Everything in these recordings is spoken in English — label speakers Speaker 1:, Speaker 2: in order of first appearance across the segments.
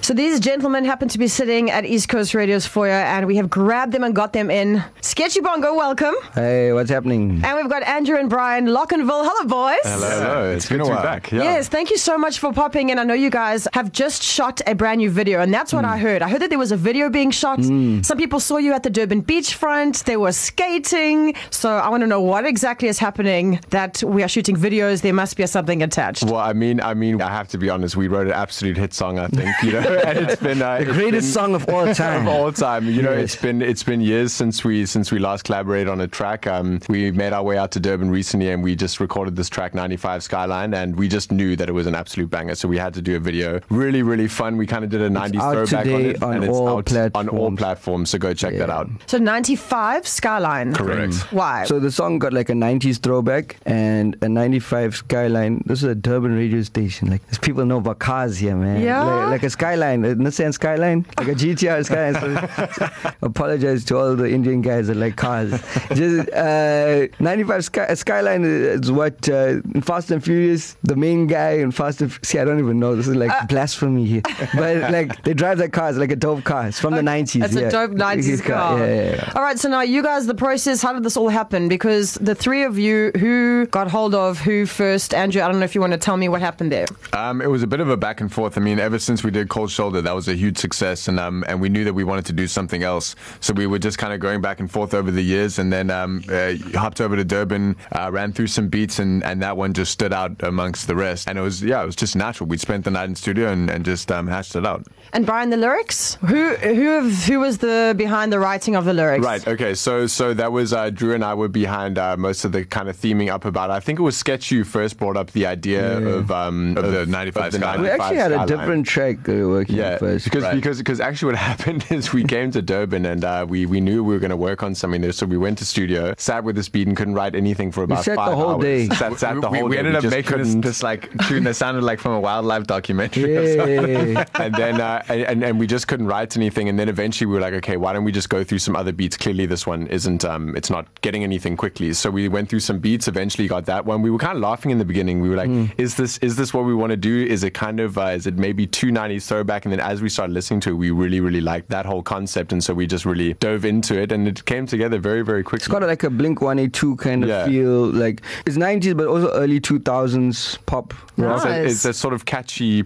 Speaker 1: So these gentlemen happen to be sitting at East Coast Radio's foyer, and we have grabbed them and got them in. Sketchy Bongo, welcome.
Speaker 2: Hey, what's happening?
Speaker 1: And we've got Andrew and Brian Lockenville. Hello, boys.
Speaker 3: Hello, hello. It's,
Speaker 4: good
Speaker 3: good
Speaker 4: to
Speaker 3: to
Speaker 4: be
Speaker 3: be
Speaker 4: back,
Speaker 3: back. Yeah.
Speaker 1: Yes, thank you so much for popping in. I know you guys have just shot a brand new video, and that's what
Speaker 3: Hmm.
Speaker 1: I heard. I heard that there was a video being shot. Some people saw you at the Durban beachfront. They were skating. So I want to know what exactly is happening that we are shooting videos. There must be something attached.
Speaker 3: Well, I mean, I mean, I have to be honest. We wrote an absolute hit song, I think. You know, and it's been uh,
Speaker 2: The greatest song of all time.
Speaker 3: of all time. You know,
Speaker 2: Yes.
Speaker 3: it's been it's been years since we since we last collaborated on a track. Um, we made our way out to Durban recently, and we just recorded this track, 95 Skyline, and we just knew that it was an absolute banger. So we had to do a video. Really, really fun. We kind of did a 90s
Speaker 2: out
Speaker 3: throwback on
Speaker 2: today
Speaker 3: it,
Speaker 2: on
Speaker 3: and it's
Speaker 2: all
Speaker 3: out on all
Speaker 2: platforms.
Speaker 3: platforms. So go check that
Speaker 2: Yeah.
Speaker 3: out.
Speaker 1: so 95 Skyline.
Speaker 3: Correct.
Speaker 1: Why?
Speaker 2: So the song got like a 90s throwback and a 95 skyline. This is a Durban radio station. Like, these people know about cars here, man.
Speaker 1: Yeah?
Speaker 2: Like, like a skyline, a Nissan skyline, like a GTR skyline. So, apologize to all the Indian guys that like cars. Just uh, 95 sky, skyline is what uh, in Fast and Furious, the main guy in Fast and Fu- See, I don't even know. This is
Speaker 1: Uh.
Speaker 2: like blasphemy here. But like, they drive their cars like a dope car. It's from the 90s.
Speaker 1: It's
Speaker 2: yeah.
Speaker 1: a dope 90s car.
Speaker 2: Yeah, yeah, yeah.
Speaker 1: All right, so now you guys, the process, how did this all happen? Because the three of you, who got hold of who first? Andrew, I don't know if you want to tell me what happened there.
Speaker 3: Um, it was a bit of a back and forth. I mean, ever since we did Cold Shoulder, that was a huge success, and um, and we knew that we wanted to do something else. So we were just kind of going back and forth over the years, and then um, uh, hopped over to Durban, uh, ran through some beats, and, and that one just stood out amongst the rest. And it was yeah, it was just natural. We spent the night in studio and, and just um, hashed it out.
Speaker 1: And Brian, the lyrics? Who who have, who was the behind the writing of the lyrics?
Speaker 3: Right. Okay. So so that was uh, Drew and I were behind uh, most of the kind of theming up about. It. I think it was Sketch who first brought up the idea of, um, of the ninety five.
Speaker 4: the
Speaker 2: We actually had a different track that we were working
Speaker 3: Yeah,
Speaker 2: on first.
Speaker 3: because
Speaker 4: Right.
Speaker 3: because because actually, what happened is we came to Durban and uh, we we knew we were going to work on something there, so we went to studio, sat with the speed and couldn't write anything for about
Speaker 2: sat the
Speaker 3: five
Speaker 2: whole
Speaker 3: hours.
Speaker 2: day.
Speaker 3: Sat, sat the
Speaker 4: we,
Speaker 3: whole
Speaker 4: we
Speaker 3: day.
Speaker 4: ended up
Speaker 3: just
Speaker 4: making this,
Speaker 3: couldn't-
Speaker 4: this like tune that sounded like from a wildlife documentary. or something.
Speaker 2: yeah.
Speaker 3: and then uh, and, and and we just couldn't write anything. And then eventually we were like, okay, why don't we just go through some other beats? Clearly, this one isn't. Um, it's not getting anything quickly. So we went through some beats. Eventually, got that one. We were kind of laughing in the beginning. We were like,
Speaker 2: Mm.
Speaker 3: is this is this what we want to do? Is it kind of uh, is it maybe two nineties throwback? And then as we started listening to it, we really really liked that whole concept, and so we just really dove into it, and it came together very very quickly.
Speaker 2: It's got like a Blink 182 kind of
Speaker 3: Yeah.
Speaker 2: feel. Like it's 90s, but also early 2000s pop.
Speaker 3: Right.
Speaker 1: Nice.
Speaker 3: It's, a, it's a sort of catchy.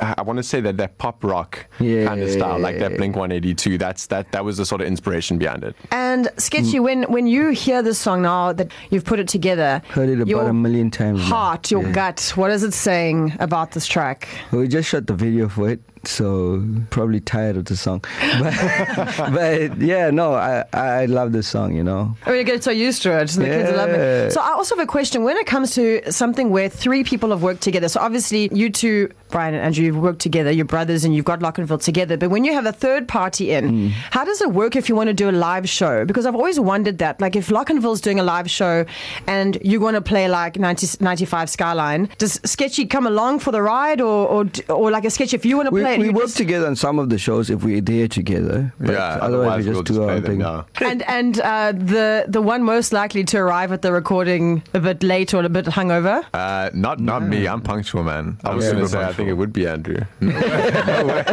Speaker 3: I want to say that that pop rock
Speaker 2: Yeah.
Speaker 3: kind of style, like that Blink 182. That's that. That was the sort of inspiration behind it.
Speaker 1: And
Speaker 2: Mm.
Speaker 1: Sketchy, when when you hear this song now that you've put it together,
Speaker 2: Heard it about
Speaker 1: your
Speaker 2: a million times. now.
Speaker 1: heart, your
Speaker 2: Yeah.
Speaker 1: gut, what is it saying about this track?
Speaker 2: We just shot the video for it, so probably tired of the song. But, but yeah, no, I, I love this song, you know.
Speaker 1: I mean, you get so used to it. and The kids love
Speaker 2: Yeah.
Speaker 1: it. So I also have a question. When it comes to something where three people have worked together, so obviously you two, Brian and Andrew, you've worked together, you're brothers and you've got Lockenville together. But when you have a third party
Speaker 2: Hmm.
Speaker 1: in, how does it work if you want to do a live show? Because I've always wondered that. Like if Lockenville's doing a live show and you want to play like 90, 95 Skyline, does Sketchy come along for the ride or or, or like a sketch if you want to
Speaker 2: We,
Speaker 1: play it?
Speaker 2: we
Speaker 1: you
Speaker 2: work
Speaker 1: just-
Speaker 2: together on some of the shows if we're there together. But otherwise, we just do our own thing.
Speaker 1: and and uh, the the one most likely to arrive at the recording a bit late or a bit hungover.
Speaker 3: Uh, not not me. I'm punctual, man. I was
Speaker 2: Yeah.
Speaker 3: going to
Speaker 2: Super
Speaker 3: say I think it would be Andrew. No way.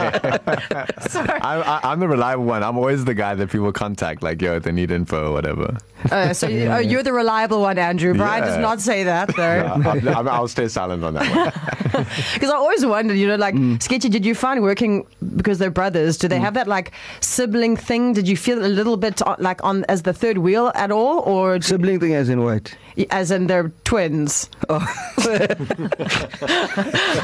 Speaker 3: I, I, I'm the reliable one. I'm always the guy that people contact, like yo, if they need info or whatever.
Speaker 1: Uh, so you, oh, you're the reliable one, Andrew. Brian does
Speaker 3: Yeah.
Speaker 1: not say that though,
Speaker 3: I'm, I'm, I'll stay silent on that one.
Speaker 1: because I always wondered, you know, like
Speaker 2: Mm.
Speaker 1: Sketchy, did you find working because they're brothers? Do they have that like sibling thing? Did you feel a little bit uh, like on as the third wheel at all, or d-
Speaker 2: Sibling thing, as in what?
Speaker 1: as in they're twins?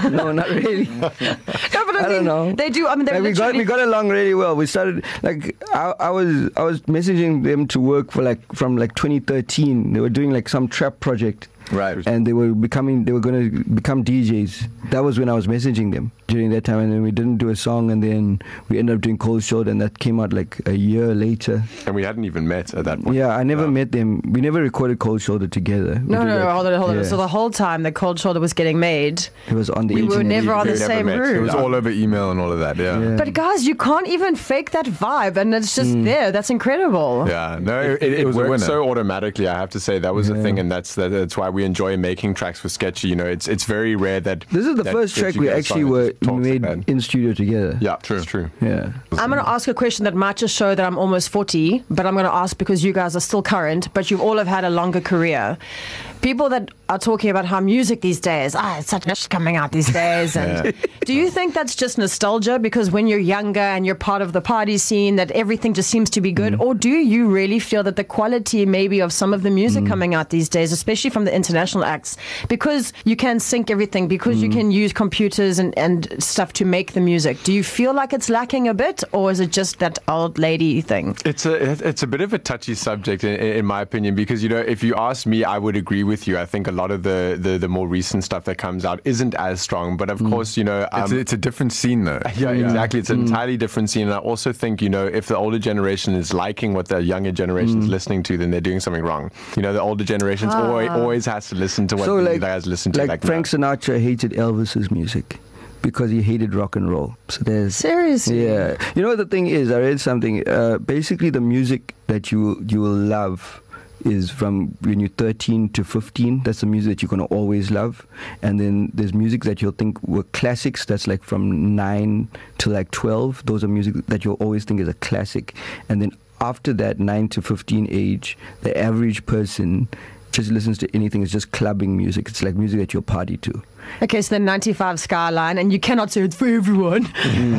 Speaker 2: No, not really.
Speaker 1: No, but I,
Speaker 2: I
Speaker 1: mean,
Speaker 2: don't know.
Speaker 1: They do. I mean, they're
Speaker 2: Like, we got we
Speaker 1: literally-
Speaker 2: got along really well. We started like I, I was I was messaging them to work for like from like 2013. They were doing like some trap project,
Speaker 4: Right.
Speaker 2: And they were becoming they were going to become DJs. That was when I was messaging them during that time. And then we didn't do a song, and then we ended up doing Cold Shoulder, and that came out like a year later.
Speaker 3: And we hadn't even met at that point.
Speaker 2: Yeah, I never
Speaker 3: Wow.
Speaker 2: met them. We never recorded Cold Shoulder together. We
Speaker 1: No,
Speaker 2: did,
Speaker 1: no, no,
Speaker 2: like-
Speaker 1: hold on, hold on.
Speaker 2: yeah.
Speaker 1: So the whole time the cold shoulder was getting made,
Speaker 2: it was on the.
Speaker 1: we were
Speaker 2: internet.
Speaker 1: never on the
Speaker 3: We never
Speaker 1: same
Speaker 3: met. It
Speaker 1: route.
Speaker 3: was all over email and all of that.
Speaker 2: Yeah. Mm.
Speaker 1: But guys, you can't even fake that vibe, and it's just there. That's incredible.
Speaker 3: Yeah, no, it,
Speaker 4: it
Speaker 3: it,
Speaker 4: was a
Speaker 3: worked
Speaker 4: winner.
Speaker 3: so automatically. I have to say that was the thing, and that's that, that's why we enjoy making tracks with Sketchy. You know, it's it's very rare that
Speaker 2: This is the
Speaker 3: that-
Speaker 2: first
Speaker 3: that
Speaker 2: track
Speaker 3: you
Speaker 2: we
Speaker 3: get a
Speaker 2: actually
Speaker 3: song that
Speaker 2: were
Speaker 3: Talks
Speaker 2: made
Speaker 3: man.
Speaker 2: in studio together.
Speaker 3: Yeah, true. It's true.
Speaker 2: Yeah.
Speaker 1: I'm going to ask a question that might just show that I'm almost 40, but I'm going to ask because you guys are still current, but you've all have had a longer career. People that are talking about how music these days, ah, it's such shit coming out these days. And do you think that's just nostalgia because when you're younger and you're part of the party scene, that everything just seems to be good?
Speaker 2: Mm.
Speaker 1: Or do you really feel that the quality maybe of some of the music
Speaker 2: Mm.
Speaker 1: coming out these days, especially from the international acts, because you can sync everything, because
Speaker 2: Mm.
Speaker 1: you can use computers and, and stuff to make the music, do you feel like it's lacking a bit or is it just that old lady thing?
Speaker 3: It's a it's a bit of a touchy subject in, in my opinion because you know if you ask me I would agree with you I think a lot of the the, the more recent stuff that comes out isn't as strong but of course you know um,
Speaker 4: it's, a, it's a different scene though.
Speaker 3: yeah, exactly. It's an entirely different scene. And I also think, you know, if the older generation is liking what the younger generation is listening to, then they're doing something wrong. You know, the older generation always, always has to listen to what
Speaker 2: so
Speaker 3: the
Speaker 2: like,
Speaker 3: younger guys listen to.
Speaker 2: like,
Speaker 3: Like,
Speaker 2: Frank
Speaker 3: no.
Speaker 2: Sinatra hated Elvis's music because he hated rock and roll. So there's
Speaker 1: Seriously?
Speaker 2: Yeah, you know what the thing is. I read something. Uh, basically, the music that you you will love is from when you're 13 to 15. That's the music that you're gonna always love. And then there's music that you'll think were classics. That's like from nine to like 12. Those are music that you'll always think is a classic. And then after that 9 to 15 age, the average person just listens to anything. It's just clubbing music. It's like music that you'll party to.
Speaker 1: Okay, so the 95 Skyline, and you cannot say it's for everyone.
Speaker 2: Mm.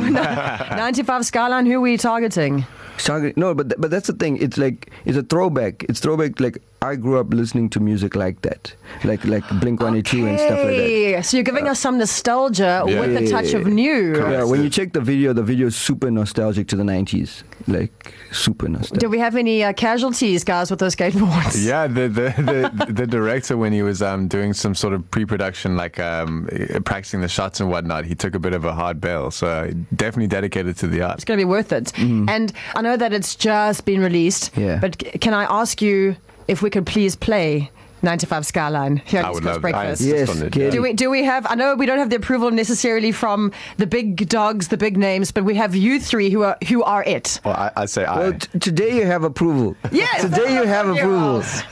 Speaker 1: 95 Skyline, who are we targeting?
Speaker 2: Shaggy- No, but th- but that's the thing. It's like it's a throwback. It's throwback. Like I grew up listening to music like that, like like Blink One Eight Two and stuff like that.
Speaker 1: Okay, So you're giving us some nostalgia
Speaker 3: Yeah.
Speaker 1: with a touch of new.
Speaker 2: Yeah, when you check the video, the video is super nostalgic to the '90s, like super
Speaker 1: Did
Speaker 2: nostalgic.
Speaker 1: we have any uh, casualties, guys, with those skateboards?
Speaker 4: Yeah, the the, the, the director when he was um, doing some sort of pre-production, like um, eh, practicing the shots and whatnot, he took a bit of a hard bail. So uh, definitely dedicated to the art.
Speaker 1: It's going to be worth it.
Speaker 4: Mm.
Speaker 1: And I know that it's just been released,
Speaker 2: Yeah.
Speaker 1: but c- can I ask you if we could please play 95 Skyline here
Speaker 4: I
Speaker 1: at
Speaker 4: would
Speaker 1: Scott's
Speaker 4: love that.
Speaker 1: Breakfast?
Speaker 2: Yes,
Speaker 4: on it,
Speaker 2: get
Speaker 1: Do
Speaker 2: it.
Speaker 1: we, do we have? I know we don't have the approval necessarily from the big dogs, the big names, but we have you three who are who are it.
Speaker 3: Well, I, I say I.
Speaker 2: Well, t- today you have approval.
Speaker 1: Yes,
Speaker 2: Today you have approval.
Speaker 1: yes.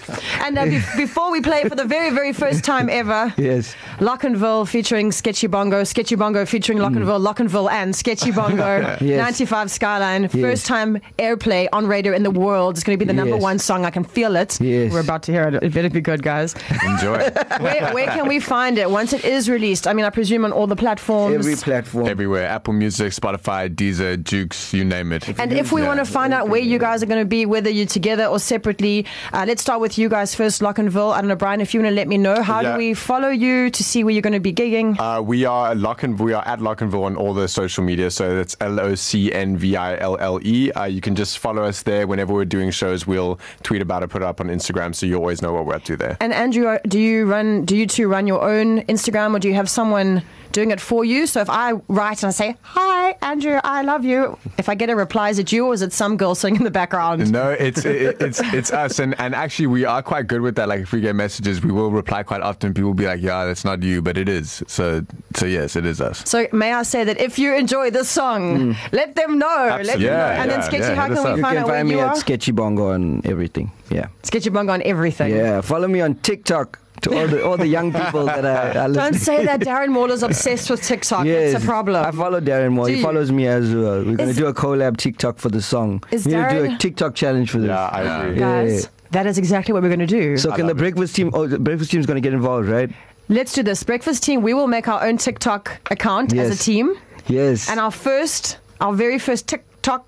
Speaker 2: Yes.
Speaker 1: And uh, be- before we play for the very very first time ever,
Speaker 2: Yes.
Speaker 1: Lochinville featuring Sketchy Bongo, Sketchy Bongo featuring Lochinville, Lochinville and Sketchy Bongo,
Speaker 2: Mm. Yes.
Speaker 1: 95 Skyline,
Speaker 2: Yes.
Speaker 1: first time airplay on radio in the world. It's going to be the number
Speaker 2: Yes.
Speaker 1: one song. I can feel it.
Speaker 2: Yes.
Speaker 1: We're about to hear it. It better be good, guys.
Speaker 4: Enjoy.
Speaker 1: where, where can we find it once it is released? I mean, I presume on all the platforms.
Speaker 2: Every platform.
Speaker 4: Everywhere, Apple Music, Spotify, Deezer, Jukes, you name it.
Speaker 1: and if we
Speaker 4: Yeah.
Speaker 1: want to find out where you guys are going to be, whether you're together or separately, uh, let's start with you guys first, Lochinville. I don't know, Brian, if you want to let me know, how
Speaker 3: Yeah.
Speaker 1: do we follow you to see where you're going to be gigging?
Speaker 3: Uh, we are Lockin, we are at Lockinville on all the social media, so that's L O C N V I L L E. Uh, you can just follow us there. Whenever we're doing shows, we'll tweet about it, put it up on Instagram, so you always know what we're up to there.
Speaker 1: And Andrew, are- do you run? Do you two run your own Instagram, or do you have someone doing it for you? So if I write and I say, "Hi, Andrew, I love you," if I get a reply, is it you or is it some girl singing in the background?
Speaker 4: No, it's it, it's it's us, and, and actually we are quite good with that. Like if we get messages, we will reply quite often. People will be like, "Yeah, that's not you," but it is. So so yes, it is us.
Speaker 1: So may I say that if you enjoy this song, let them know. Let them
Speaker 3: Absolutely.
Speaker 1: know.
Speaker 3: Yeah,
Speaker 1: and then
Speaker 4: Hmm. yeah,
Speaker 1: Sketchy,
Speaker 4: yeah,
Speaker 1: how
Speaker 4: hit us
Speaker 1: can
Speaker 4: up.
Speaker 1: we
Speaker 2: You
Speaker 1: find
Speaker 2: can
Speaker 1: out where
Speaker 2: find me
Speaker 1: you
Speaker 2: at
Speaker 1: are?
Speaker 2: Sketchy Bongo and everything. Yeah.
Speaker 1: Sketchy Bung on everything.
Speaker 2: Yeah. Follow me on TikTok to all the all the young people that I, I listen
Speaker 1: Don't say that. Darren Mauler's obsessed with TikTok. It's a problem.
Speaker 2: I follow Darren Moore.
Speaker 1: Do
Speaker 2: He
Speaker 1: you?
Speaker 2: follows me as well. We're going
Speaker 1: Is-
Speaker 2: to do a collab TikTok for the song.
Speaker 1: Is
Speaker 2: We're going to do
Speaker 1: Darren-
Speaker 2: a TikTok challenge for this.
Speaker 3: Yeah, I agree.
Speaker 2: Yeah.
Speaker 1: Guys, that is exactly what we're going to do.
Speaker 2: so can the breakfast team? Oh, the breakfast team's going to get involved, right?
Speaker 1: Let's do this. Breakfast team, we will make our own TikTok account as a
Speaker 2: Yes.
Speaker 1: team.
Speaker 2: Yes.
Speaker 1: And our first, our very first TikTok,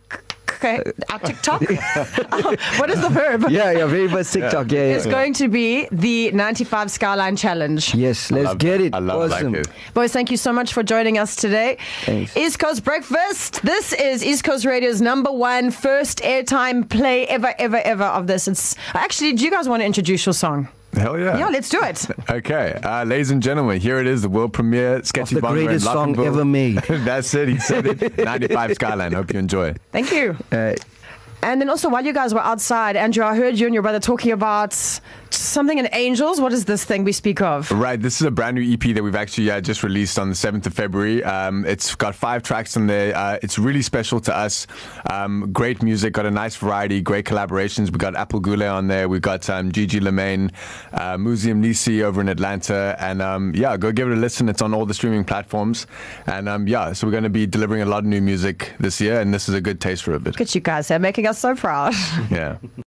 Speaker 1: our TikTok, what is the verb?
Speaker 2: yeah, yeah. Very first TikTok. Yeah. yeah,
Speaker 1: It's going to be the 95 Skyline Challenge.
Speaker 2: Yes, let's get it.
Speaker 4: I love
Speaker 2: awesome.
Speaker 4: like it.
Speaker 1: Boys, thank you so much for joining us today.
Speaker 2: Thanks.
Speaker 1: East Coast Breakfast. This is East Coast Radio's number one first airtime play ever, ever, ever of this. It's actually, do you guys want to introduce your song?
Speaker 4: Hell
Speaker 2: Uh.
Speaker 4: yeah.
Speaker 1: Yeah, let's do it.
Speaker 4: Okay, uh, ladies and gentlemen, here it is, the world premiere
Speaker 2: It's
Speaker 4: Sketchy
Speaker 2: the
Speaker 4: Bongo in
Speaker 2: greatest song
Speaker 4: Lochinville.
Speaker 2: ever made.
Speaker 4: That's it. He said it. 95 Skyline. Hope you enjoy.
Speaker 1: Thank you.
Speaker 2: Uh,
Speaker 1: And then also, while you guys were outside, Andrew, I heard you and your brother talking about something in Angels. What is this thing we speak of?
Speaker 3: Right, this is a brand new EP that we've actually uh, just released on the 7th of February. Um, it's got five tracks on there. Uh, it's really special to us. Um, great music, got a nice variety, great collaborations. We got Apple Goulet on there. We got um, Gigi Lemaine, uh, Museum Nisi over in Atlanta. And um, yeah, go give it a listen. It's on all the streaming platforms. And um, yeah, so we're going to be delivering a lot of new music this year, and this is a good taste for a bit.
Speaker 1: Look at you guys, they're making us so proud.
Speaker 3: Yeah.